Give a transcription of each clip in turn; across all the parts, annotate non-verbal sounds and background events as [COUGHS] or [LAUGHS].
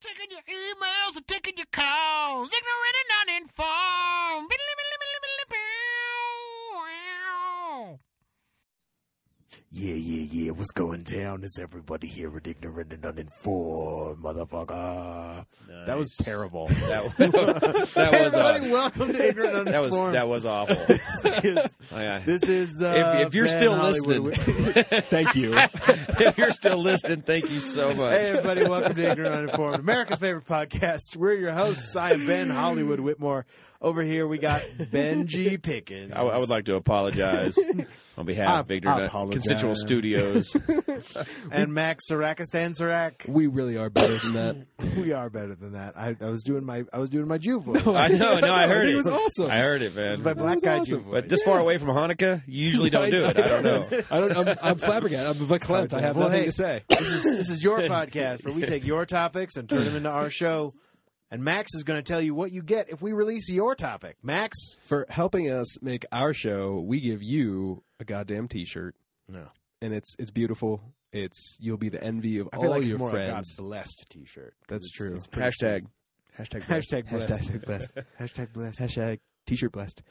Taking your emails and taking your calls. Ignorant and uninformed. Yeah, yeah, yeah. What's going down? Is everybody here at ignorant and uninformed, motherfucker? That was Nice. terrible. [LAUGHS] That, that hey, was everybody, uh, welcome to ignorant and that was uninformed. that was awful. [LAUGHS] Yes. Oh, yeah. [LAUGHS] This is uh, if, if you're Ben still Hollywood. listening, [LAUGHS] thank you. if you're still listening, thank you so much. Hey everybody, welcome to Ignorant Uninformed, America's favorite podcast. We're your hosts. I am Ben Hollywood Whitmore. Over here we got [LAUGHS] Benji Pickens. I, I would like to apologize on behalf of I- I Ignorant apologize. Consensual [LAUGHS] Studios. and Max Sarakistan Sarak. We really are better than that. We are better than that. I, I was doing my I was doing my Jew voice. [CLEARS THROAT] I know, no, I heard it. It was awesome. I heard it, This is my man. black was guy Jew awesome. voice. But this far away from Hanukkah, you usually don't do it. I [LAUGHS] don't know. [LAUGHS] I don't. I'm, I'm flabbergasted. I'm [LAUGHS] verklempt. I have Well, nothing hey. to say. this is this is [LAUGHS] your podcast where we take your topics and turn them into our show. And Max is going to tell you what you get if we release your topic. Max, For helping us make our show, we give you a goddamn T-shirt. No. and it's it's beautiful. It's you'll be the envy of I feel all like it's your more like God friends. blessed T-shirt. That's It's- true. it's pretty Hashtag. Hashtag. blessed. Hashtag blessed. Hashtag blessed. Hashtag blessed. Hashtag T-shirt blessed.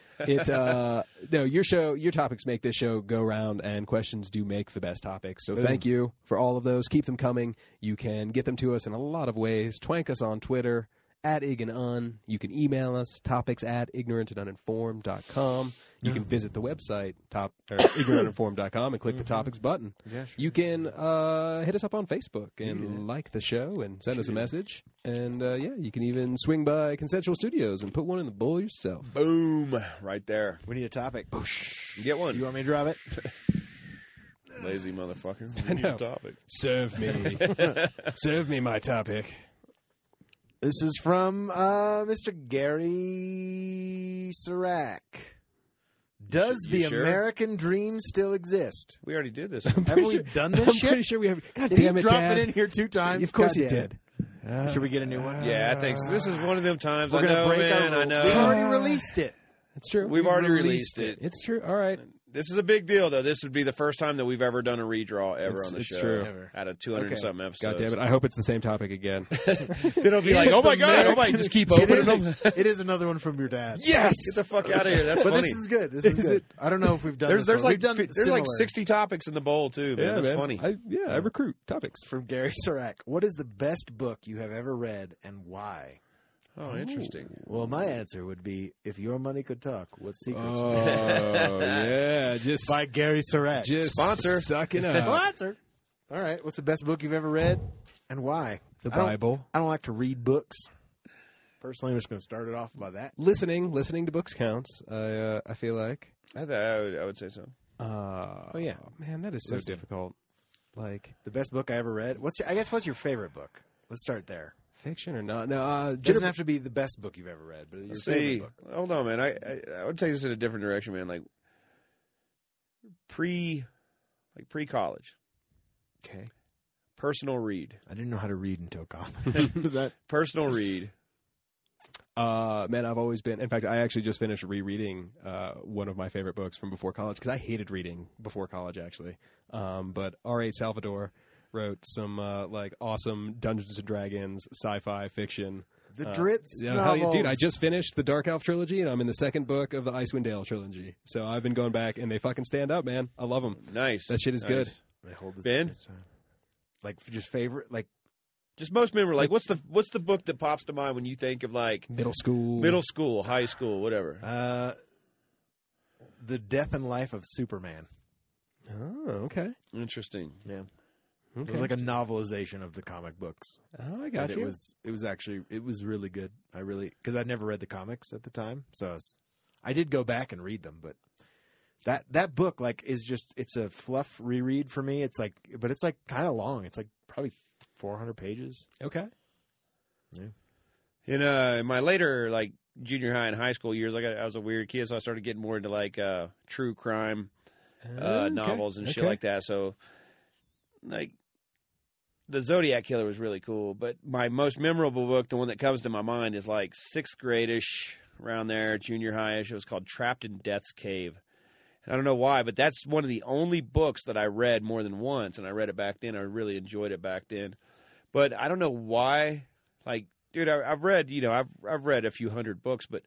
[LAUGHS] It uh, no, your show, your topics make this show go round, and questions do make the best topics. So thank you for all of those. Keep them coming. You can get them to us in a lot of ways. Twank us on Twitter at ig and un. You can email us topics at ignorant and uninformed.com. You can visit the website [COUGHS] top or ignorantuninformed.com and click the topics button. Mm-hmm. Yeah, sure. You can uh, hit us up on Facebook and like the show and send us a message. And uh, yeah, you can even swing by Consensual Studios and put one in the bowl yourself. Boom! Right there. We need a topic. Get one. You want me to drop it? Lazy [LAUGHS] motherfucker. I know. Topic. Serve [LAUGHS] me. Serve me my topic. This is from uh, Mr. Gary Sirac. Does You the sure? American dream still exist? We [LAUGHS] already did this. one. Have pretty we sure- [LAUGHS] done I'm this shit? pretty sure we have. God Did damn he it, drop Dad. it in here two times? Of course he Goddamn. did. Uh, Should we get a new one? Yeah, I think so. this is one of them times. We're I gonna know, break man. our [LAUGHS] I rule. know. We already released [LAUGHS] it. It's true. We've already released it. It's true. All right. This is a big deal, though. This would be the first time that we've ever done a redraw ever It's- on the it's show. true. Ever. Out of 200 and Okay. something episodes. God damn it. I hope it's the same [LAUGHS] topic again. Then it'll be like, oh my God, oh my, just keep It opening is, [LAUGHS] them. [LAUGHS] it is another one from your dad. yes. Get the fuck out of here. That's but funny. this is good. This is, Is good. it- I don't know if we've done. there's this there's one. like We've done fi- there's like similar. 60 topics in the bowl, too, man. yeah, That's man. funny. I, yeah, I recruit topics. from Gary Sirac. What is the best book you have ever read and why? oh, interesting. Well, my answer would be If Your Money Could Talk, What Secrets? Oh [LAUGHS] yeah, [LAUGHS] just By Gary Sirac. just Sponsor. sucking [LAUGHS] up Sponsor. All right. What's the best book you've ever read and why? the I don't- Bible. I don't like to read books. Personally, I'm just going to start it off by that. Listening, listening to books counts. I uh, I feel like. I, thought I, would, I would say so. Uh, Oh, yeah. man, that is so Listening. difficult. Like The best book I ever read. What's your, I guess what's your favorite book? Let's start there. fiction or not? No, uh, It doesn't Jennifer- have to be the best book you've ever read, but your Let's favorite see. book. Hold on, man. I, I, I would take this in a different direction, man. Like, pre like pre college, Okay. personal read. I didn't know how to read until [LAUGHS] college. that Personal read. Uh, man, I've always been. In fact, I actually just finished rereading uh, one of my favorite books from before college because I hated reading before college, actually. Um, but R.A. Salvador wrote some uh, like awesome Dungeons and Dragons sci-fi fiction. [LAUGHS] the Uh, Dritz Yeah, hell novels. yeah, dude, I just finished the Dark Elf trilogy and I'm in the second book of the Icewind Dale trilogy. So I've been going back and they fucking stand up, man. I love them. Nice. That shit is good. Nice. I hold this Ben? this time. Like just favorite like Just most men were like, "What's the what's the book that pops to mind when you think of like Middle school, middle school, high school, whatever?" uh The Death and Life of Superman. Oh, okay. Interesting. Yeah. It Okay. was like a novelization of the comic books. oh, I And got you. It was it was actually it was really good. I really because I'd never read the comics at the time, so I, was- I did go back and read them. But that that book like is just it's a fluff reread for me. It's like but it's like kind of long. It's like probably four hundred pages. okay. In uh, my later like junior high and high school years, I got I was a weird kid, so I started getting more into like uh, true crime uh, Okay. novels and shit Okay. like that. So, like, the Zodiac Killer was really cool, but my most memorable book, the one that comes to my mind, is like sixth gradish around there, junior highish. It was called Trapped in Death's Cave. And I don't know why, but that's one of the only books that I read more than once, and I read it back then. I really enjoyed it back then, but I don't know why Like, dude, I, I've read you know I've I've read a few hundred books, but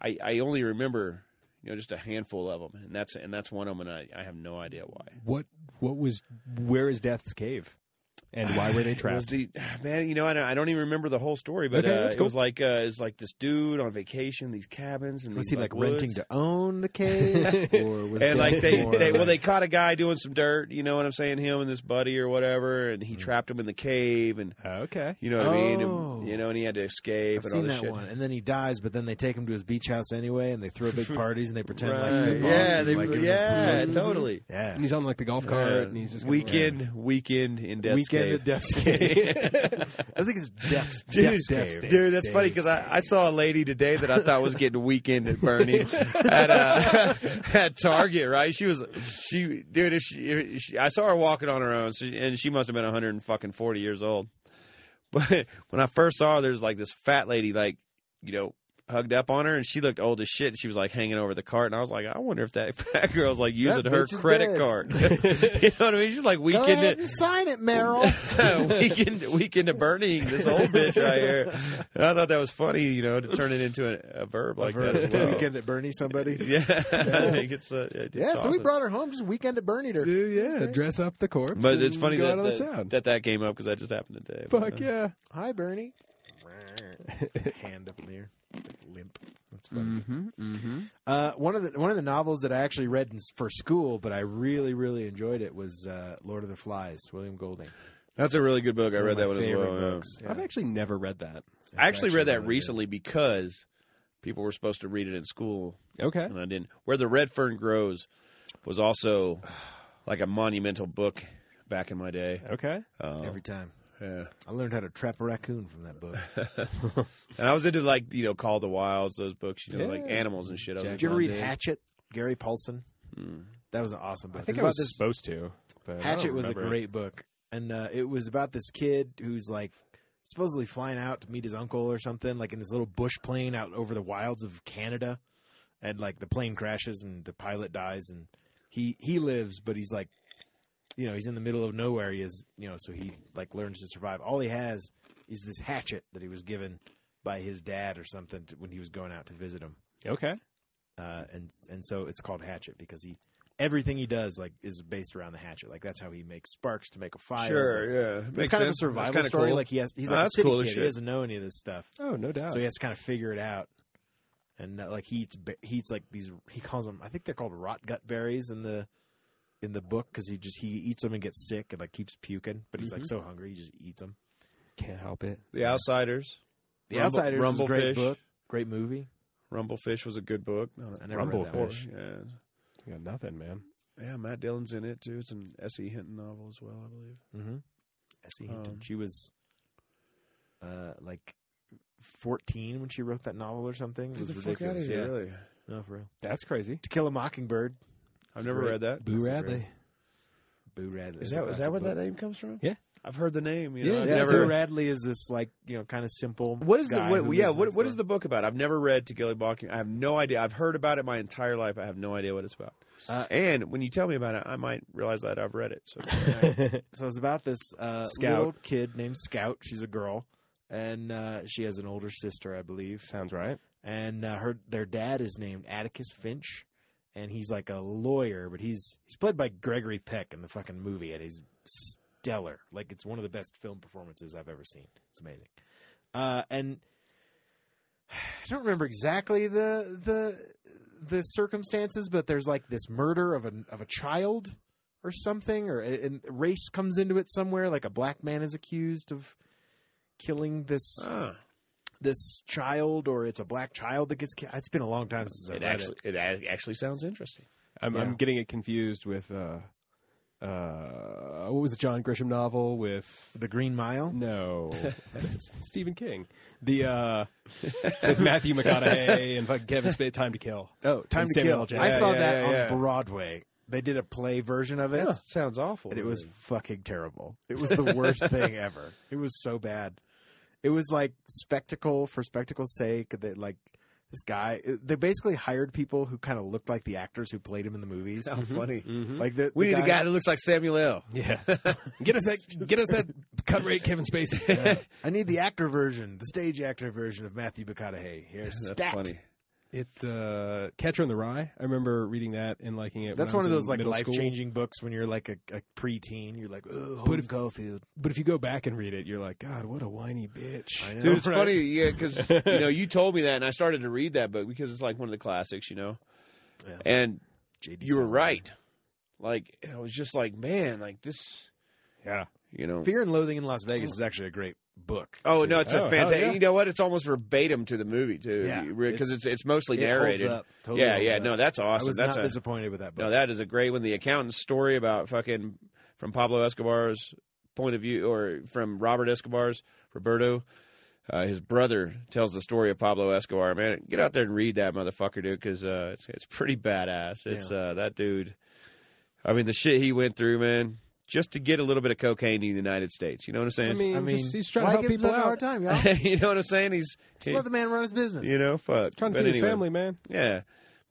I I only remember you know just a handful of them, and that's and that's one of them, and I I have no idea why. What what was where is Death's cave, and why were they It was trapped? the [SIGHS] man, you know, I don't, I don't even remember the whole story, but Okay, uh, that's it was like uh, it was like this dude on vacation, these cabins, and Was he these, like, woods. renting to own the [LAUGHS] cave, or was it and like they, more they well they like- caught a guy doing some dirt you know what i'm saying him and this buddy or whatever Mm. and he trapped him in the cave and Uh, okay. you know what i mean Oh. and, you know and he had to escape I've and all seen this that shit one, and then he dies, but then they take him to his beach house anyway, and they throw [LAUGHS] big parties and they pretend right. like the boss yeah is they, like his yeah employee. totally Uh, yeah. And he's on like the golf cart, and he's just weekend weekend in death's Weekend cave at [LAUGHS] Death's Cave. I think it's Death's, Dude, Death's Cave. dude, that's funny because I, I saw a lady today that I thought was getting weekend [LAUGHS] at Bernie at, uh, [LAUGHS] at Target. Right? She was she, dude. If she, if she, I saw her walking on her own, so- and she must have been 140 years old. [LAUGHS] But when I first saw her, there's like this fat lady, like you know, hugged up on her, and she looked old as shit. And she was like hanging over the cart, and I was like, I wonder if that [LAUGHS] fat girl's like using her bitch is credit dead. [LAUGHS] card. [LAUGHS] you know what I mean? She's like Go weekend ahead at, and sign it, [LAUGHS] Meryl. weekend weekend of burning this old bitch right here. And I thought that was funny, you know, to turn it into a, a verb like that. [LAUGHS] As well. Weekend at Bernie, somebody. [LAUGHS] Yeah, [LAUGHS] I think it's, uh, it's Yeah, so we awesome. brought her home just weekend at Bernie. Yeah, to- yeah, dress up the corpse. But it's and funny go that out on the that, town. that that came up because that just happened today. Fuck Uh, yeah. Hi, Bernie. [LAUGHS] Hand up in the air, limp. That's funny. Mm. mm-hmm. Uh, one of the one of the novels that I actually read in, for school, but I really really enjoyed it was uh, Lord of the Flies, William Golding. That's a really good book. I read that of one my as favorite well. yeah. books. Yeah. I've actually never read that. I actually read that really good. recently because people were supposed to read it in school Okay. and I didn't. Where the Red Fern Grows was also like a monumental book back in my day. Okay. Uh, Every time yeah. I learned how to trap a raccoon from that book. [LAUGHS] And I was into like you know Call of the Wilds, those books, you know, Yeah. like animals and shit. I was Jack like, Did you ever "Oh, read dude." Hatchet? Gary Paulson. Mm. That was an awesome book. I think It I was about this supposed to. But Hatch- Hatchet was a remember it. great book, and uh, it was about this kid who's like supposedly flying out to meet his uncle or something, like in this little bush plane out over the wilds of Canada, and like the plane crashes and the pilot dies, and he he lives, but he's like, you know, he's in the middle of nowhere. He is, you know, so he like learns to survive. All he has is this hatchet that he was given by his dad or something to- when he was going out to visit him okay. uh, and and so it's called Hatchet because he everything he does like is based around the hatchet. Like that's how he makes sparks to make a fire. Sure, yeah, It's Makes kind sense. of a survival That's kinda story. cool. Like he has, he's Oh, like a that's city cool as kid. He shit. doesn't know any of this stuff, Oh, no doubt. so he has to kind of figure it out. And uh, like he eats, ba- he eats like these. He calls them. I think they're called rot gut berries in the in the book because he just he eats them and gets sick and like keeps puking. But he's like Mm-hmm. so hungry, he just eats them. Can't help it. The Outsiders. The Rumble- Outsiders is a great Rumblefish. book, great movie. Rumblefish was a good book. No, I never read that Rumble- one. Yeah, I got nothing, man. yeah. Matt Dillon's in it too. It's an S. E. Hinton novel as well, I believe. Mm-hmm. Essie Hinton. Um, she was uh, like 14 when she wrote that novel or something. It was ridiculous. yeah. Really, No, for real. That's crazy. To Kill a Mockingbird. I've never great. read that. Boo That's a Radley. great- Boo Radley. It's Is a that is classic that where book. that name comes from? Yeah. I've heard the name. You Yeah, know, I've Yeah, never. Boo Radley is this like you know kind of simple. What is the guy who what, yeah? lives What next what is door. the book about? I've never read To Kill a Mockingbird. I have no idea. I've heard about it my entire life. I have no idea what it's about. Uh, and when you tell me about it, I might realize that I've read it. [LAUGHS] So so it's about this uh, Scout. little kid named Scout. She's a girl, and uh, she has an older sister, I believe. Sounds right. and uh, her their dad is named Atticus Finch, and he's like a lawyer, but he's he's played by Gregory Peck in the fucking movie, and he's stellar. Like it's one of the best film performances I've ever seen. It's amazing. Uh, and [SIGHS] I don't remember exactly the the the circumstances, but there's like this murder of a of a child or something, or and race comes into it somewhere. Like a black man is accused of killing this Ah. this child or it's a black child that gets killed. It's been a long time since I it read actually it. it ac- actually sounds interesting. I'm, Yeah. I'm getting it confused with uh, uh, what was the John Grisham novel with? The Green Mile. Mm. No, [LAUGHS] it's Stephen King. The uh, with Matthew McConaughey and fucking Kevin Spacey. Time to Kill. Oh, Time And to Samuel Kill. L. Jackson. I Yeah, saw yeah, that yeah, on yeah. Broadway. They did a play version of it, sounds awful. and it was fucking terrible. It was the worst thing ever. It was so bad. It was like spectacle for spectacle's sake. That like this guy. uh, They basically hired people who kind of looked like the actors who played him in the movies. Mm-hmm. How funny. Like the, We the need a guy that looks like Samuel L. Yeah, [LAUGHS] get us that get us that cut rate, Kevin [LAUGHS] Spacey. I need the actor version, the stage actor version of Matthew McConaughey. Here's [LAUGHS] That's stacked. funny. It uh, Catcher in the Rye. I remember reading that and liking it. That's when I one of those was in like middle life school. changing books when you're like a, a preteen. You're like, oh, But Holden if- Caulfield. But if you go back and read it, you're like, God, what a whiny bitch. [LAUGHS] I know. Dude, it's right? funny, yeah, because you know you told me that, and I started to read that book because it's like one of the classics, you know. Yeah. And JD you were Salinger. right. Like I was just like, man, like this, Yeah, you know. Fear and Loathing in Las Vegas is actually a great book. Oh too. no, it's Oh, a hell fantastic. yeah. You know what? It's almost verbatim to the movie too, Yeah, because it's- it's, it's mostly It holds narrated. up, totally yeah, holds yeah. up. No, that's I awesome. was that's not a, disappointed with that book. no, that is a great one. The accountant's story about fucking from Pablo Escobar's point of view, or from Robert Escobar's Roberto. Uh, his brother tells the story of Pablo Escobar. Man, get out there and read that motherfucker, dude, because uh, it's, it's pretty badass. It's uh, that dude. I mean, the shit he went through, man, just to get a little bit of cocaine to the United States. You know what I'm I saying? mean, I mean, just- he's trying why to help give him people such a hard out, [LAUGHS] time, y'all? [LAUGHS] you know what I'm saying? He's Just let the man run his business. you know, fuck. trying to But feed his anyway. family, man. Yeah,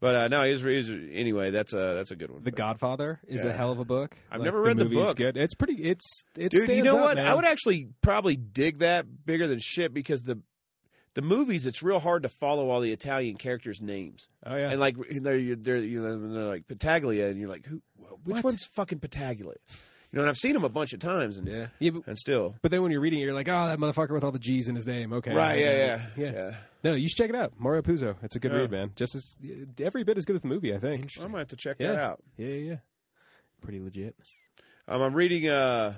but uh, no, he's, he's anyway. That's a that's a good one. The Godfather is a Yeah. hell of a book. I've never read the movie's book. Good. It's pretty. It's it dude. You stands know up, what? man. I would actually probably dig that bigger than shit because the the movies it's real hard to follow all the Italian characters' names oh yeah. and like they're they're you know, they're like Pataglia and you're like who which What? one's fucking Pataglia? You know, and I've seen him a bunch of times and Yeah. yeah, but, and still but then when you're reading it, you're like, oh, that motherfucker with all the G's in his name. Okay. I got yeah, it. yeah, yeah. No, you should check it out. Mario Puzo. It's a good Yeah. read, man. Just as every bit as good as the movie, I think. I might have to check Yeah. that out. Yeah, yeah, yeah. Pretty legit. Um, I'm reading uh,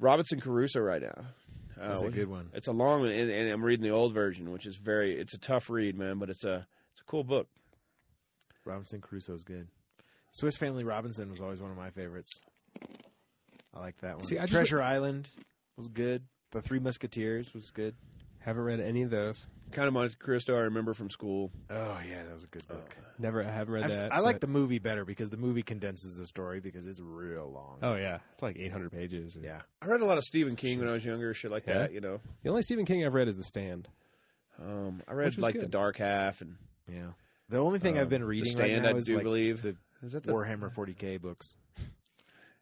Robinson Crusoe right now. Uh, That's a what- good one. It's a long one, and, and I'm reading the old version, which is very. It's a tough read, man, but it's a it's a cool book. Robinson Crusoe's good. Swiss Family Robinson was always one of my favorites. I like that one. See, I just- Treasure Island was good. The Three Musketeers was good. Haven't read any of those. Kind of Monte Cristo. I remember from school. Oh yeah, that was a good book. Never. I haven't read I've- that. I like but- the movie better because the movie condenses the story because it's real long. Oh yeah, it's like 800 pages. or- Yeah, I read a lot of Stephen King when I was younger, shit like Yeah? that. You know, The only Stephen King I've read is The Stand. um, I Which read was like the good. Dark Half and yeah. The only thing Uh, I've um, been The reading right Stand, now I is do like believe. [LAUGHS] the is that the Warhammer 40k books.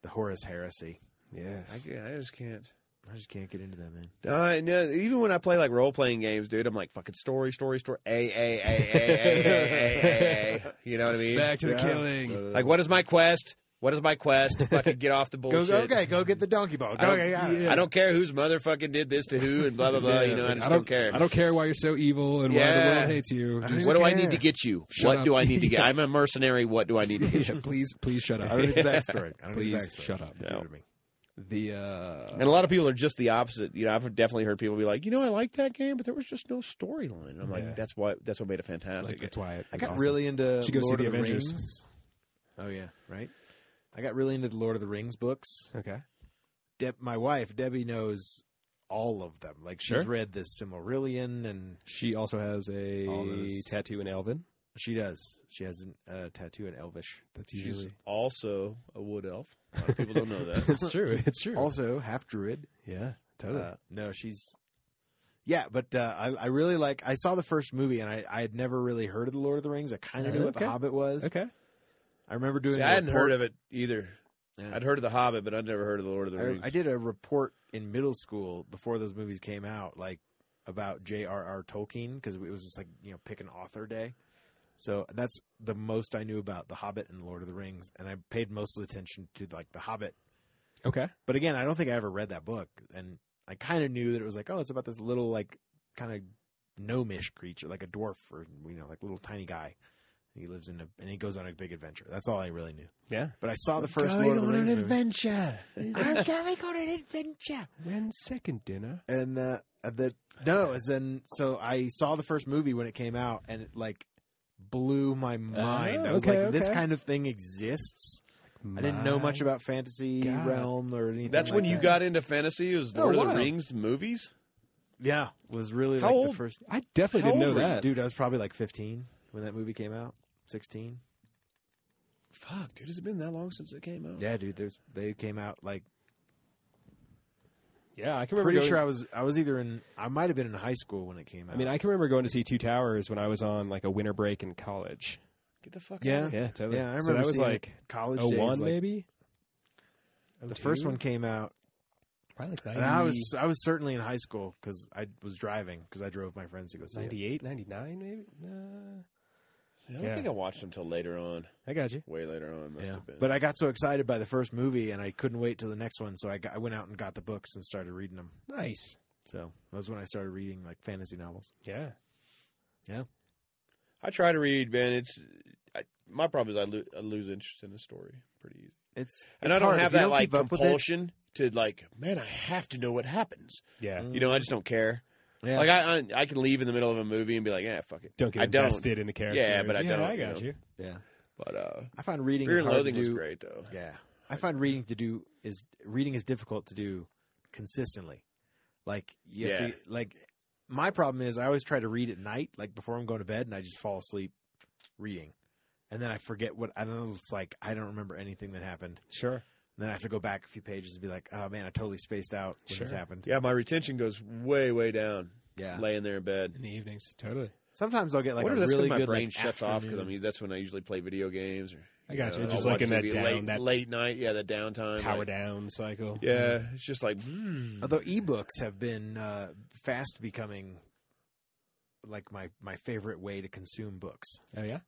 The Horus Heresy. I, Yes. can't- I just can't. I just can't get into that man. Uh, no, even when I play like role playing games, dude, I'm like fucking story, story, story. A a a a a a a. You know what I mean? Back to the Yeah. killing. Uh, Like, what is my quest? What is my [LAUGHS] quest? Fucking get off the Go, bullshit. go okay, go get the donkey ball. I Go, don't, okay, yeah. I don't care who's motherfucking did this to who and blah blah blah. Yeah, you know, I like, just don't, care. I don't care why you're so evil and why Yeah. the world hates you. I don't Just- what do [LAUGHS] I care. need to get you? Shut what up. do I [LAUGHS] need to get? I'm a mercenary. What do I need to get? [LAUGHS] Yeah, please, please shut up. I don't need the backstory. I don't need the Please backstory. shut up. Give it to me. The uh, And a lot of people are just the opposite. You know, I've definitely heard people be like, you know, I like that game, but there was just no storyline. And I'm Yeah. like, that's why. That's what made it fantastic. like, that's why it I was got awesome. really into Should go see Lord the of the Avengers. Rings. Oh yeah, right. I got really into the Lord of the Rings books. okay. De- my wife Debbie knows all of them. Like she's Sure. read the Silmarillion, and She also has a All those- tattoo in Elvin. she does. She has a uh, tattoo in Elvish. That's She's [LAUGHS] usually [LAUGHS] also a wood elf. A lot of people [LAUGHS] don't know that. it's true. It's true. Also half druid. yeah, totally. Oh. Uh, no, she's. Yeah, but uh, I, I really like. I saw the first movie, and I, I had never really heard of the Lord of the Rings. I kind of knew what Okay. the Hobbit was. okay. I remember doing. See, a I hadn't report- heard of it either. Yeah. I'd heard of The Hobbit, but I'd never heard of the Lord of the Rings. I, I did a report in middle school before those movies came out, like about J.R.R. Tolkien, because it was just like you know pick an author day. So that's the most I knew about The Hobbit and The Lord of the Rings, and I paid most of the attention to like The Hobbit. Okay. But again, I don't think I ever read that book, and I kind of knew that it was like, oh, it's about this little like kind of gnomish creature, like a dwarf or you know like little tiny guy. He lives in a and he goes on a big adventure. That's all I really knew. Yeah. But I saw the first Lord of the Rings movie. adventure. When second dinner? and uh, the no, as in so I saw the first movie when it came out, and it like blew my mind. I was Oh, okay, like, this okay. kind of thing exists. I didn't know much about fantasy God. realm or anything. That's like when you that. got into fantasy. It was Lord Oh, of wow. the Rings movies. yeah. Was really How like old- the first I definitely How didn't know old were you, that. dude. I was probably like 15 when that movie came out. 16. Fuck, dude, has it been that long since it came out? Yeah, dude. There's they came out like Yeah, I can remember. Pretty going- sure I was I was either in I might have been in high school when it came out. I mean, I can remember going to see Two Towers when I was on like a winter break in college. Get the fuck Yeah. out of here. Yeah, totally. yeah, I remember so that was seeing it like college oh days, one like, maybe. The first 02? one came out, probably like and I was I was certainly in high school because I was driving because I drove my friends to go see it. 98, 99 maybe. Nah, I don't Yeah. think I watched them till later on. I got you. Way later on. Must Yeah, have been. but I got so excited by the first movie, and I couldn't wait till the next one. So I, got, I went out and got the books and started reading them. Nice. So that was when I started reading like fantasy novels. Yeah. I try to read, man. It's I, my problem is I, lo- I lose interest in a story pretty easy, It's and it's I don't hard. have If you that like keep up with it- compulsion to like, man, I have to know what happens. Yeah. Mm. You know, I just don't care. Yeah. Like I, I, I can leave in the middle of a movie and be like, yeah, fuck it. Don't get I don't. invested in the characters. but I Yeah, don't, I you got know. you. yeah, But uh, I find reading Fear is and hard Loathing to was do. great though. Yeah, I find reading to do is reading is difficult to do consistently. Like you have Yeah. to like my problem is I always try to read at night, like before I'm going to bed, and I just fall asleep reading, and then I forget what I don't know. It's like I don't remember anything that happened. Sure. And then I have to go back a few pages and be like, oh man, I totally spaced out when this Sure. happened. Yeah, my retention goes way, way down. Yeah. Laying there in bed. In the evenings, totally. Sometimes I'll get like what a if that's 'cause really my good brain like, shuts off because I afternoon- mean that's when I usually play video games or I got you. know, Just I'll like in watch that TV down, late, that late night, yeah, that downtime, power like- down cycle. Yeah, it's just like Although Mm-hmm. ebooks have been uh, fast becoming like my my favorite way to consume books. Oh yeah.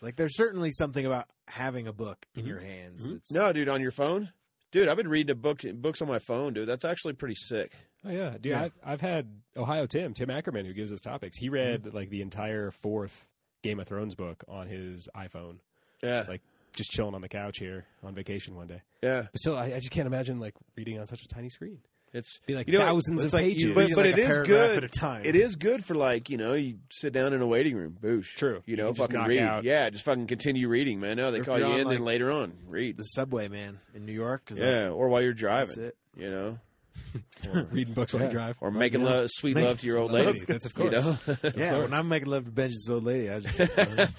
Like there's certainly something about having a book in Mhm. your hands Mhm. that's Mm-hmm. No, dude, on your phone? Dude, I've been reading a book books on my phone, dude. That's actually pretty sick. Oh yeah, dude. Yeah. I've, I've had Ohio Tim, Tim Ackerman, who gives us topics. He read Mm-hmm. like the entire fourth Game of Thrones book on his iPhone, Yeah. Like- just chilling on the couch here on vacation one day. yeah. But still, I, I just can't imagine like reading on such a tiny screen. It's Be like You know, thousands it's of like pages. you But- read but like it a is paragraph good. at a time. it is good for like, you know, you sit down in a waiting room, boosh. True. You You know, can just fucking knock read. out- Yeah, just fucking continue reading, man. No, they If call you you're in, on, then like- later on, read. the subway, man, in New York. 'cause, like, Yeah, or while you're that's driving, [LAUGHS] it. you know, [LAUGHS] reading books while Yeah. you drive. or making yeah. love, sweet Making- love to your old Love lady. is That's of You course. know? Yeah, course. when I'm making love to Benji's old lady, [LAUGHS] I just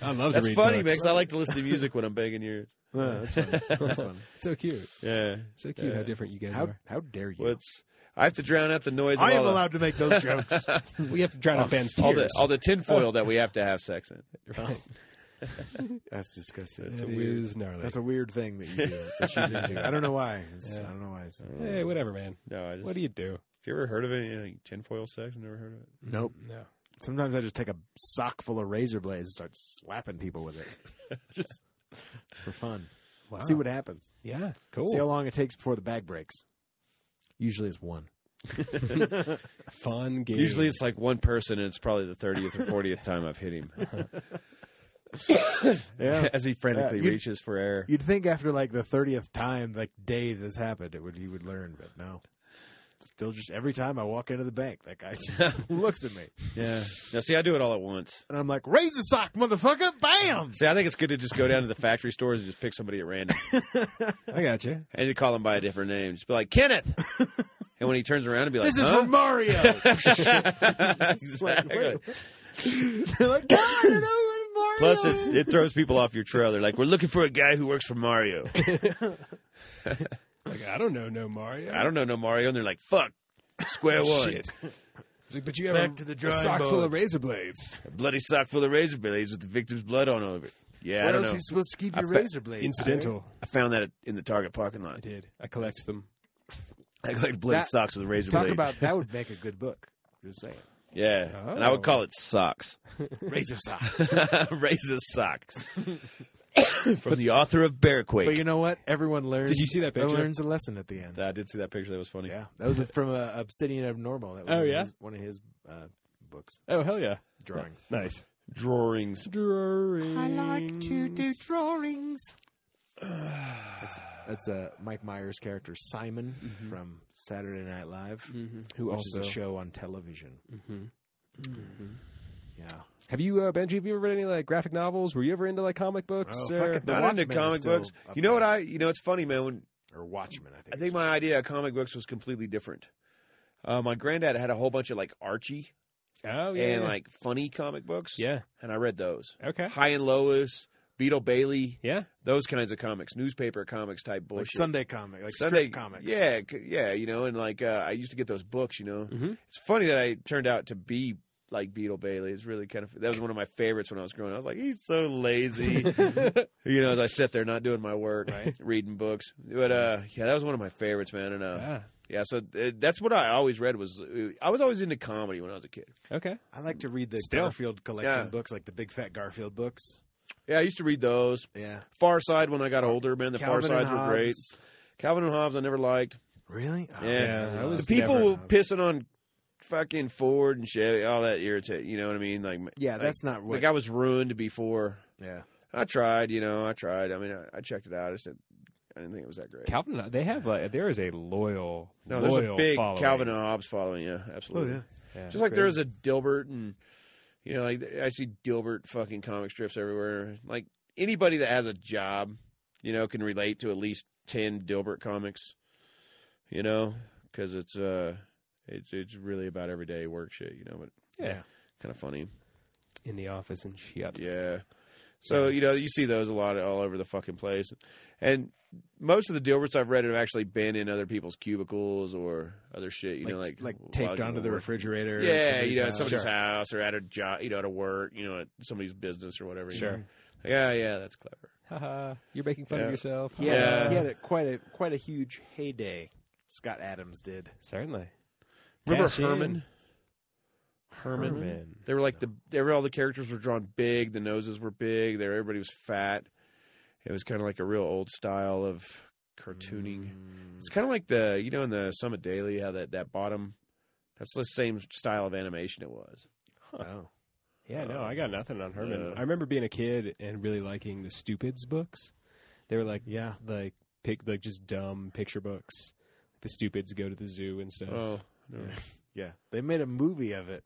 I love That's to read funny, man, books. [LAUGHS] 'cause I like to listen to music when I'm banging yours. Well, that's funny. That's funny. So cute. Yeah. So cute Yeah. how different you guys How are. how dare you? Well, it's, I have to drown out the noise. I of am all [LAUGHS] allowed to make those jokes. We have to drown out Ben's the, all the tears. all the tinfoil that we have to have [LAUGHS] sex in. [LAUGHS] Right. That's disgusting. That weird. is gnarly. That's a weird thing that you do. That she's into. I don't know why. [LAUGHS] It's- I don't know why. Uh, It's, hey, whatever, man. No, I just, What do you do? Have you ever heard of it? Like tinfoil sex? Never heard of it. Nope. No. Sometimes I just take a sock full of razor blades and start slapping people with it, [LAUGHS] just for fun. Ah. Wow. See what happens. Yeah. Cool. See how long it takes before the bag breaks. Usually it's [LAUGHS] one. Fun game. Usually, it's like one person, and it's probably the thirtieth or fortieth time I've hit him [LAUGHS] Yeah. [LAUGHS] as he frantically Yeah, you- reaches for air. You'd think after like the thirtieth time, like day this happened, it would you would learn, but no. Still, just every time I walk into the bank, that guy [LAUGHS] just looks at me, Yeah. Now, see, I do it all at once. and I'm like, "Raise the sock, motherfucker!" [LAUGHS] Bam. See, I think it's good to just go down to the factory stores and just pick somebody at random, I got you. and you call him by a different name. Just be like [LAUGHS] Kenneth, and when he turns around, and be like, This is huh? for [LAUGHS] Mario. exactly. They're like, "God, I don't know what Mario is." Plus, it, it throws people off your trail. They're like, "We're looking for a guy who works for Mario." Like, I don't know, no Mario. I don't know no Mario, and they're like, "Fuck, square one, Shit. It's like, but you have Back a, to the a drawing sock full board. of razor blades. bloody sock full of razor blades with the victim's blood on over it." Yeah, I What don't else know. are you supposed to keep I your bet- razor blades? Incidental. I found that in the Target parking I lot. did. I collect them. I collect bloody That- socks with razor Talk blades. about [LAUGHS] that would make a good book. Just saying, yeah, Oh. and I would call it socks, [LAUGHS] razor sock. razor [LAUGHS] socks, from the author of Bearquake. But you know what? Everyone learns. Did you see that picture? Learns a lesson at the end. I did see that picture. That was funny. yeah, that was from uh, Obsidian Abnormal. That was Oh, one of yeah? his- one of his uh, books Oh, hell yeah. drawings. Nice. Drawings. Drawings. drawings. That's, that's uh, Mike Myers' character Simon from Saturday Night Live, Who which also. Mm-hmm. is a show on television. Yeah, Have you, uh, Benji, have you ever read any like graphic novels? Were you ever into like comic books? Oh, or- fuck it. The Not into Watchmen is comic still books. up You know what there. I? You know it's funny, man. When or Watchmen. I think. I think my idea of comic books was completely different. Uh, my granddad had a whole bunch of like Archie Oh, yeah. and yeah. like funny comic books. yeah. and I read those. Okay. High and Lois, Beetle Bailey, Yeah. those kinds of comics, newspaper comics type like bullshit. Sunday comic, like strip comics. Yeah, c- yeah, you know, and like uh, I used to get those books, you know. Mm-hmm. Mhm. It's funny that I turned out to be like Beetle Bailey. It's really kind of that was one of my favorites when I was growing. up. I was like, he's so lazy, [LAUGHS] you know, as I sit there not doing my work, Right. reading books. But uh, yeah, that was one of my favorites, man. [LAUGHS] And uh, yeah. Ah, so uh, that's what I always read was uh, I was always into comedy when I was a kid. okay. I like to read the Still. Garfield collection Yeah. books, like the Big Fat Garfield books. Yeah, I used to read those. Yeah, Far Side when I got older, man. The Calvin Far and Sides were great. Hobbes. Calvin and Hobbes, I never liked. Really? Oh, Yeah, man, that I was love the people Calvin and Hobbes. pissing on fucking Ford and Chevy, all that irritate. You know what I mean? Like, Yeah, that's not what. like I was ruined before. yeah, I tried, you know, I tried. I mean, I, I checked it out. I just didn't, I didn't think it was that great. Calvin, they have like there is a loyal, no, loyal there's a big following. Calvin and Hobbes following. Oh, Yeah, Oh, absolutely. Yeah. Just like there is a Dilbert and you know, like I see Dilbert fucking comic strips everywhere. Like anybody that has a job, you know, can relate to at least ten Dilbert comics. You know, because it's uh, it's it's really about everyday work shit. You know, but Yeah. kind of funny. in the office and shit. Yeah. So you know you see those a lot all over the fucking place, and most of the Dilberts I've read have actually been in other people's cubicles or other shit. You like, know, like, like taped while onto the working. refrigerator. at Yeah, somebody's you know, at house. somebody's Sure. house or at a job, you know, at a work, you know, at somebody's business or whatever. you Sure. know. Yeah, yeah, that's clever. Haha, You're making fun Yeah. of yourself. He had, a- Yeah. he had a, quite a quite a huge heyday. Scott Adams did. Certainly. Remember Cash in. Herman? Herman? Herman. They were like the they were all the characters were drawn big, the noses were big, they were, everybody was fat. It was kind of like a real old style of cartooning. Mm. It's kind of like the you know in the Summit Daily how that that bottom that's the same style of animation it was. Oh, Yeah, no, I got nothing on Herman. Yeah. I remember being a kid and really liking the Stupids books. They were like yeah. like pick like just dumb picture books. The Stupids go to the zoo and stuff. Oh, no. Yeah. Yeah, they made a movie of it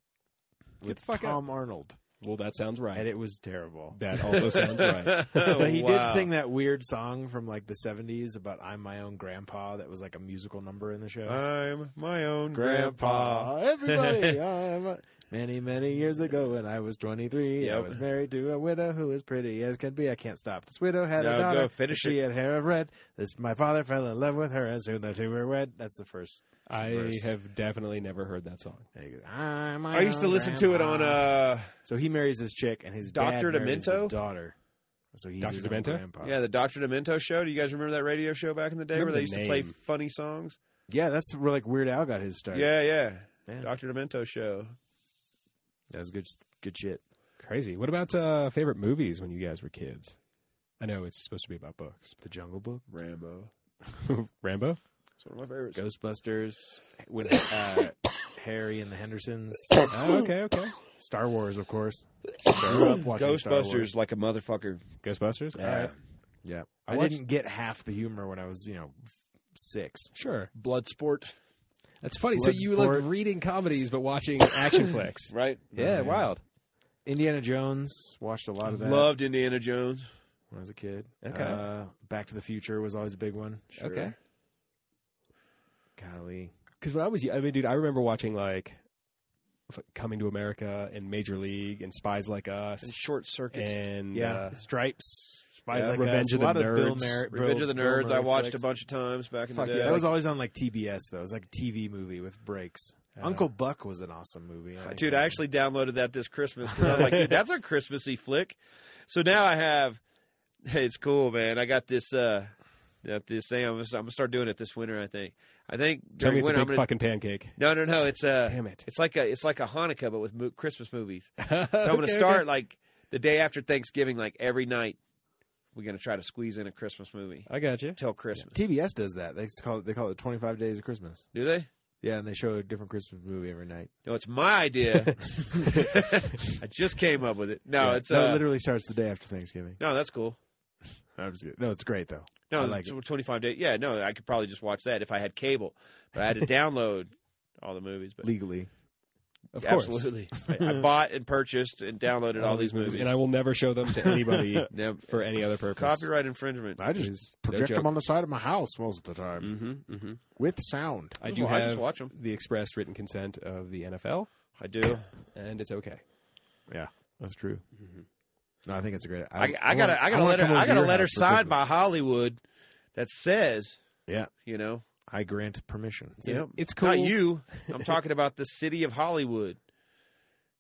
Get with the fuck out. Tom Arnold, Well, that sounds and right. it was terrible. That also [LAUGHS] sounds right. But he did sing that weird song from like the '70s about "I'm my own grandpa" that was like a musical number in the show. Oh, I'm my own grandpa. grandpa, [LAUGHS] [LAUGHS] everybody, I'm a- many many years ago when I was 23, I Yep. was married to a widow who was pretty as can be. I can't stop. This widow had No, a go daughter. finish she had hair of red. This my father fell in love with her as soon as they were wed. That's the first. I verse. have definitely never heard that song. There you go. I'm my I used to own listen to it on grandpa. uh So he marries this chick, and his Dr. dad marries Demento? the daughter. So he's Dr. his own Demento? grandpa. yeah the Doctor Demento show. Do you guys remember that radio show back in the day Remember where they the used to play name. funny songs? yeah, that's where like Weird Al got his start. Yeah, yeah, Yeah. Doctor Demento show. that was good, good shit. Crazy. What about uh, favorite movies when you guys were kids? I know it's supposed to be about books. The Jungle Book, Rambo. Rambo. It's one of my favorites. Ghostbusters, with uh, [COUGHS] Harry and the Hendersons, Oh, okay, okay. Star Wars, of [COUGHS] course. Grew up watching Star Wars. Ghostbusters like a motherfucker. Ghostbusters. All right. Yeah, I I, watched- didn't get half the humor when I was, you know, six. Sure. Bloodsport. That's funny. so you Bloodsport. like reading comedies but watching action flicks. [LAUGHS] Right. Yeah, Yeah. wild. Indiana Jones watched a lot of that Loved Indiana Jones. when I was a kid. Okay. Uh, Back to the Future was always a big one. Sure. Okay. Golly, Because when I was, y- I mean, dude, I remember watching like f- Coming to America and Major League and Spies Like Us And Short Circuit. and yeah, uh, Stripes, Spies Yeah. Like Us, Revenge a of the lot of Bill Nerds. Mer- Bill- Revenge of the Bill Nerds. I Murray watched flicks. a bunch of times back in Fuck the yeah, day. That was always on like TBS though. It was like a TV movie with breaks. Yeah. Uncle Buck was an awesome movie. like Dude, that I one. actually downloaded that this Christmas 'cause I [LAUGHS] was like, dude, that's a Christmassy flick. So now I have. Hey, it's cool, man. I got this. uh got this thing. I'm gonna, I'm gonna start doing it this winter. I think. I think. tell during me it's a winter, big I'm gonna- fucking pancake. No, no, no. It's uh, Damn it. It's like a it's like a Hanukkah, but with mo- Christmas [LAUGHS] movies. so So I'm gonna start like the day after Thanksgiving, like every night. We're gonna try to squeeze in a Christmas movie I got you. till Christmas. TBS does that. They call it they call it 25 Days of Christmas. Do they? Yeah, and they show a different Christmas movie every night. No, it's my [LAUGHS] idea. I just came up with it. [LAUGHS] No, Yeah. it's no, uh, it literally starts the day after Thanksgiving. no, that's cool. I'm just kidding. No, it's great though. I No, like it's 25 days. Yeah, no, I could probably just watch that if I had cable. But I had to download all the movies. But Legally, Of course. absolutely, I, I bought and purchased and downloaded all, these movies. and I will never show them to [LAUGHS] anybody Now, for any other purpose. copyright infringement. I just Is no project joke. them on the side of my house most of the time Mm-hmm, mm-hmm. with sound. I do Well, I just have watch 'em. the express written consent of the NFL, I do. and it's okay. Yeah, that's true. No, I think it's a great. Mm-hmm. I, I wanna- gotta, I gotta wanna let her, come over I to gotta your let her house for signed Christmas. by Hollywood that says, Yeah. you know, I grant permission. It's- Yep. it's cool. Not you. I'm talking about the city of Hollywood.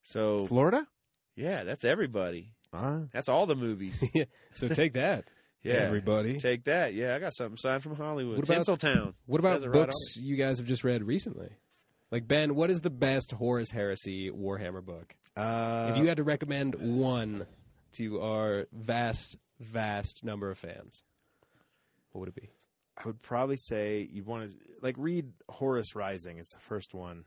So Florida? yeah, that's everybody. Ah, That's all the movies. So take that, [LAUGHS] Yeah, everybody. take that. Yeah, I got something signed from Hollywood. What about- Tinseltown. What Says about it right on books you guys have just read recently? Like Ben, what is the best Horus Heresy Warhammer book? uh, if you had to recommend one to our vast, vast number of fans, what would it be? I would probably say you want to like read Horus Rising. It's the first one,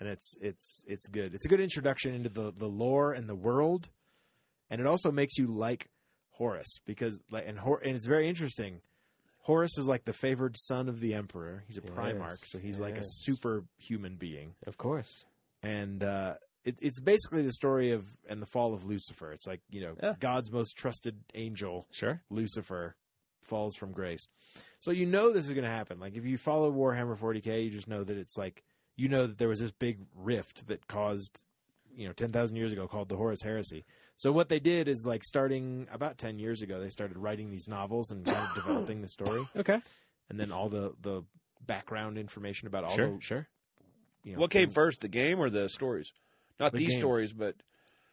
and it's it's it's good. It's a good introduction into the the lore and the world, and it also makes you like Horus because like and Hor- and it's very interesting. Horus is like the favored son of the emperor. He's a primarch, Yes, so he's like a yes. super human being, Of course. and uh, it, it's basically the story of and the fall of Lucifer. It's like you know Yeah. God's most trusted angel Sure. Lucifer falls from grace. So you know this is going to happen. Like if you follow Warhammer 40K, you just know that it's like you know that there was this big rift that caused you know 10,000 years ago called the Horus Heresy. So what they did is like starting about 10 years ago, they started writing these novels and [COUGHS] kind of developing the story Okay. and then all the the background information about all the Sure. you me. know What came things- first, the game or the stories? Not The these game. stories, but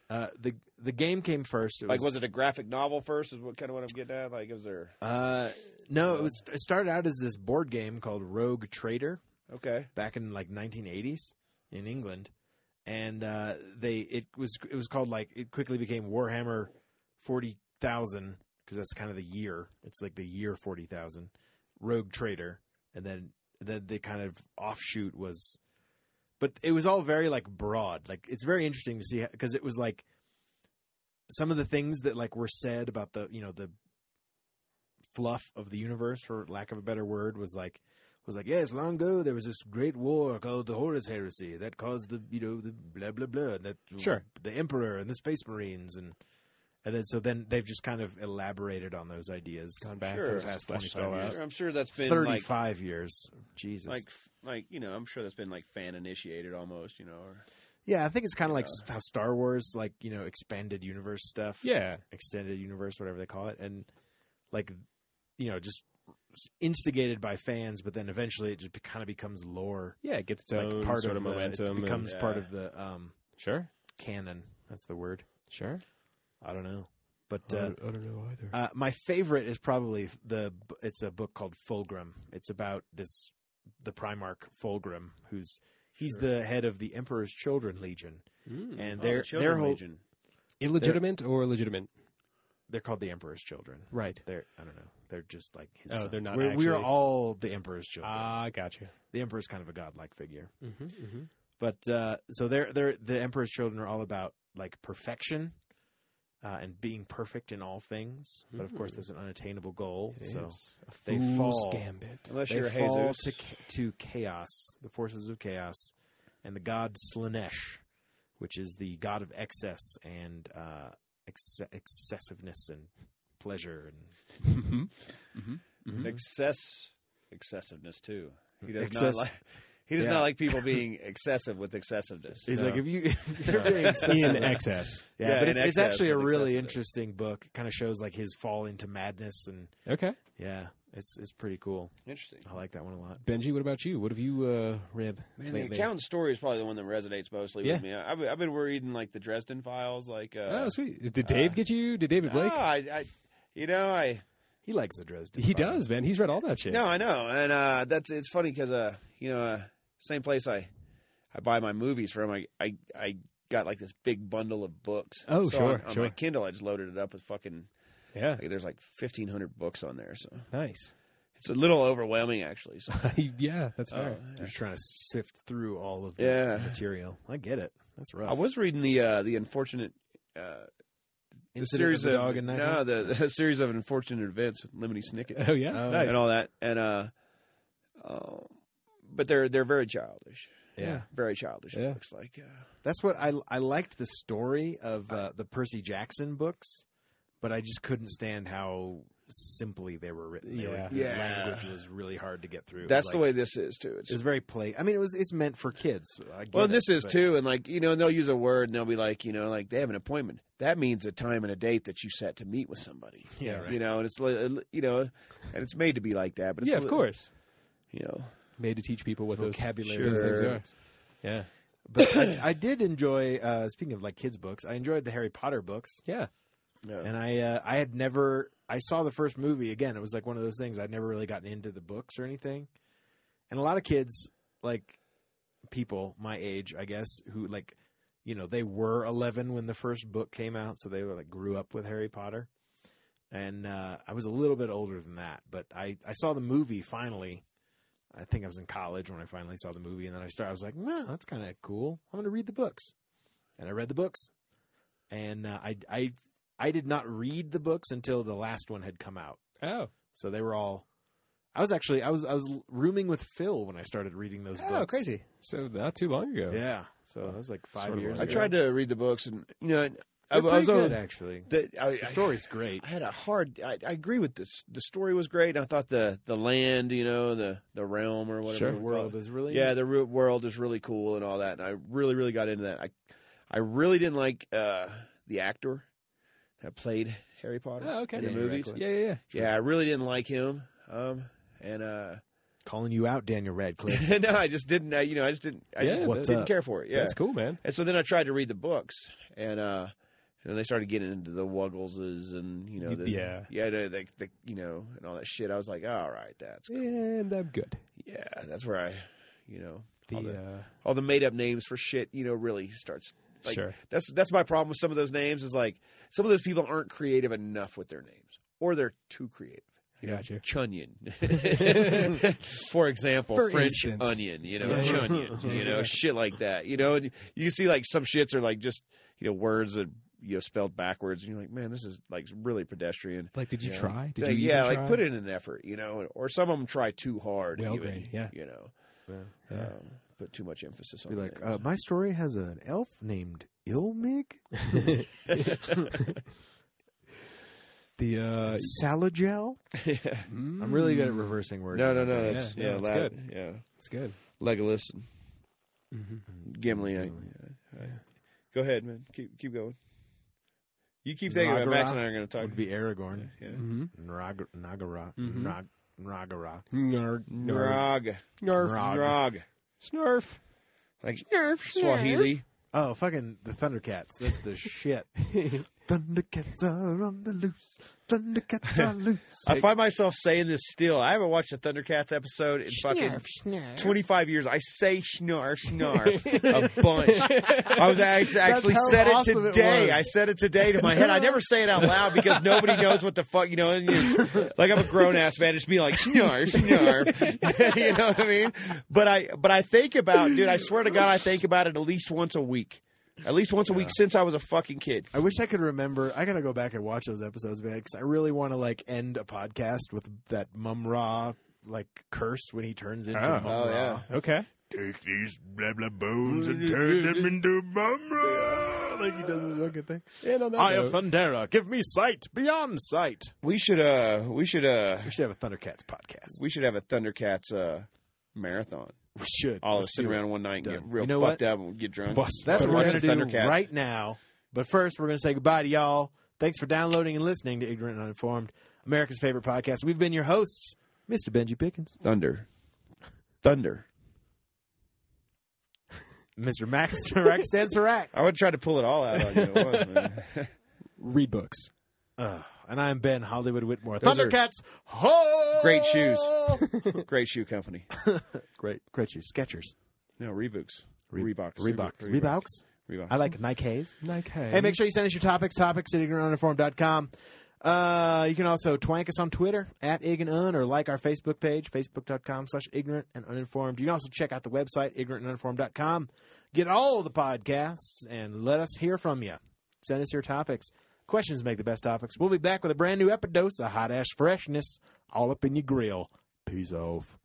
uh the the game came first. It like, was it a graphic novel first? Is what kind of what I'm getting at? Like, is there uh no, it was it started out as this board game called Rogue Trader. okay? back in like 1980s in England, and uh, they it was it was called like it quickly became Warhammer 40,000 because that's kind of the year. It's like the year 40,000. Rogue Trader, and then then the kind of offshoot was, but it was all very like broad. Like it's very interesting to see because it was like some of the things that like were said about the you know the fluff of the universe for lack of a better word was like was like, yes, long ago there was this great war called the Horus Heresy that caused the you know the blah blah blah and that Sure. the Emperor and the Space Marines and and then so then they've just kind of elaborated on those ideas Gone back Sure. and Past fleshed 25 all out. years. I'm sure that's been like, thirty-five years. Jesus, like, like you know, I'm sure that's been like fan initiated almost, you know. Or, yeah, I think it's kind of like Yeah. s- how Star Wars, like you know, expanded universe stuff, Yeah. extended universe, whatever they call it, and like you know, just instigated by fans, but then eventually it just be, kind of becomes lore, Yeah. It gets its like own part of sort of, the- momentum. It and- becomes part Yeah. of the um, sure. canon. That's the word. Sure. I don't know, but uh, I don't know either. Uh, my favorite is probably the. It's a book called Fulgrim. It's about this the Primarch Fulgrim, who's he's Sure. the head of the Emperor's Children Legion, Mm. and Oh, their the Children their whole Legion. Illegitimate or legitimate? they're called the Emperor's Children. Right. They're I don't know. They're just like his. Oh, sons. they're not We're, we're actually- all the Emperor's children. Ah, gotcha. the Emperor's kind of a godlike figure. Mm-hmm, mm-hmm. but uh, so they're they're the emperor's children are all about like perfection uh, and being perfect in all things but of course Hmm. that's an unattainable goal so So they fool's fall. gambit. [LAUGHS] Unless they you're fall Jesus. to ca- to chaos the forces of chaos and the god slanesh which is the god of excess and uh, ex- excessiveness and pleasure and Mm-hmm. Mm-hmm. excess excessiveness too. He does Excess- not like. He does Yeah. not like people being excessive with excessiveness. he's No. like if you [LAUGHS] [LAUGHS] if you're being In excessive excess. yeah, Yeah, but in it's, it's excess actually a with really excessiveness. interesting book it kind of shows like his fall into madness and Okay. Yeah, it's it's pretty cool. interesting. I like that one a lot. Benji, what about you? What have you uh, read Man, the lately? accountant story is probably the one that resonates mostly Yeah. with me. I, I've, I've been reading like the Dresden Files, like uh, ah, oh, sweet. Did Dave get you? Did [LAUGHS] David Blake? no, I, I, you know, I He likes the Dresden. he Files. does, man. He's read all that shit. no, I know, and uh, that's it's funny because uh, you know, uh, same place I, I buy my movies from. I, I, I got like this big bundle of books. Oh, So sure, on, on sure. my Kindle, I just loaded it up with fucking. [LAUGHS] Yeah. Like, there's like 1,500 books on there, so Nice. [LAUGHS] it's a little overwhelming actually. So, yeah, that's uh, fair. You're trying to sift through all of the Yeah. material. I get it. That's rough. I was reading the uh, the unfortunate uh, the series of of, the dog and no the, the [LAUGHS] series of unfortunate events with Lemony Snicket [LAUGHS] Oh yeah, Oh, [LAUGHS] nice. and all that and uh, uh, but they're they're very childish, Yeah, very childish. Yeah. It looks like uh, that's what I I liked the story of uh, the Percy Jackson books, but I just couldn't stand how simply they were written. They Yeah. were, the Yeah. language was really hard to get through. It That's was the like- way this is too. It's It was very play. I mean, it was it's meant for kids. I get well, it, and this is but- too, and like you know, and they'll use a word, and they'll be like, you know, like they have an appointment. That means a time and a date that you set to meet with somebody. [LAUGHS] Yeah, right. You know, and it's li- you know, and it's made to be like that. But it's yeah, a of little- course. You know, Made to teach people what It's those vocabulary. those things Sure. are. Yeah, But I, I did enjoy. Uh, speaking of like kids books, I enjoyed the Harry Potter books, yeah. no. and I uh, I had never. I saw the first movie again. It was like one of those things I'd never really gotten into the books or anything. And a lot of kids, like people my age, I guess, who like, you know, they were eleven when the first book came out, so they were like grew up with Harry Potter. And uh, I was a little bit older than that, but I I saw the movie finally. I think I was in college when I finally saw the movie, and then I started. I was like, "Wow, that's kind of cool. I'm going to read the books," and I read the books, and uh, I I I did not read the books until the last one had come out. Oh, So they were all. I was actually I was I was rooming with Phil when I started reading those oh, books. crazy. So not too long ago. Yeah. So that was like five Sort of years. was, I ago. tried to read the books, and you know, I, I They're pretty was good on. actually. The, I, The I- story's great. I had a hard. I, I agree with this. The story was great. And I thought the the land, you know, the the realm or whatever Sure. we The call world it. is really yeah, the real world is really cool and all that. And I really, really got into that. I, I really didn't like uh, the actor that played Harry Potter Oh, okay. in the Yeah, movies. Radcliffe. Yeah, yeah, yeah. Yeah, I really didn't like him. Um, and uh, [LAUGHS] calling you out, Daniel Radcliffe. no, I just didn't. I, you know, I just didn't. I Yeah, uh, just What's didn't up? care for it. Yeah, That's cool, man. and so then I tried to read the books, and uh, and they started getting into the Wuggleses and you know, the, Yeah. yeah, the, the, the you know, and all that shit. I was like, all right, that's cool. And I'm good. yeah, that's where I, you know, The, all the, uh, all the made up names for shit, you know, really starts. Like, sure. That's that's my problem with some of those names is like some of those people aren't creative enough with their names, or they're too creative. I got you. [LAUGHS] Chunyon, [LAUGHS] for example, For French instance. onion, you know, Yeah. chunyon, [LAUGHS] you know, Yeah. shit like that, you know. And you see, like some shits are like just you know words that you know spelled backwards, and you're like, man, this is like really pedestrian. Like, did you Yeah. try? Did Like, you? yeah, even like try? put in an effort, you know, or some of them try too hard, Well even, grade, yeah. you know, Yeah. Yeah. um, put too much emphasis on Be like, it. uh, my story has an elf named Ilmig, Uh, the uh, mm, Salagel. [LAUGHS] I'm really good at reversing words. no, no, no, Yeah, that's, no, yeah, that's that- good. yeah, It's good. Legolas, and Mm-hmm. Gimli. I, Gimli. I- I- Go ahead, man. Keep keep going. You keep thinking about it. Max Nagara and I are going to talk. would be Aragorn. yeah. Mm-hmm. Nrag- Nagara. Mhm. Nrag- Nragara. Narg, Nrog. Snarf. Nrog. Nrog. Snarf. Like Nerf, Swahili. Oh, fucking the Thundercats. That's the [LAUGHS] shit. Thundercats are on the loose. Thundercats [LAUGHS] are loose. I find myself saying this still. I haven't watched a Thundercats episode in fucking Nerf, Nerf. 25 years. I say snarf, snarf [LAUGHS] a bunch. I was actually, actually how said it awesome it today. was. I said it today to my head. I never say it out loud because nobody knows what the fuck, you know. And you, like I'm a grown ass man, just be like snarf, snarf. [LAUGHS] you know what I mean? But I, but I think about, dude. I swear to God, I think about it at least once a week. At least once a week since I was a fucking kid. I wish I could remember. I gotta go back and watch those episodes, man, because I really want to like end a podcast with that Mum Ra like curse when he turns into Oh. Mum Oh, Ra. yeah. [LAUGHS] Okay. Take these blah blah bones and turn them [LAUGHS] into Mum Ra. Like he does his fucking thing. And on that I note, of Thundera, give me sight beyond sight. We should, uh, we should, uh, We should have a Thundercats podcast. we should have a Thundercats uh, marathon. We should. All of us Let's sit do it. around one night and Done. get real You know fucked up and get drunk. Bust That's Put what we're it going on to the do Thundercats. right now. But first, we're going to say goodbye to y'all. Thanks for downloading and listening to Ignorant and Uninformed, America's favorite podcast. We've been your hosts, Mr. Benji Pickens, Thunder. Thunder. Mr. Max [LAUGHS] Serac Stan Serac, I would try to pull it all out on you. It was, man. read books. Ugh, and I'm Ben Hollywood Whitmore. Those are- Thundercats, ho! [LAUGHS] Great shoes. Oh. Great shoe company. great, great shoes. Skechers, No, Reeboks. Re- Reeboks. Reeboks, Reebok. Reeboks. Reebok. I like Nike Hayes. Like, hey, Hey, make sure you send us your topics, topics at ignorantuniform.com. Uh, you can also twank us on Twitter at ig and un or like our Facebook page, facebook.com slash ignorant and uninformed. You can also check out the website, ignorantanduninformed.com. Get all the podcasts and let us hear from you. Send us your topics. Questions make the best topics. We'll be back with a brand new epidose of hot ash freshness all up in your grill. Peace off.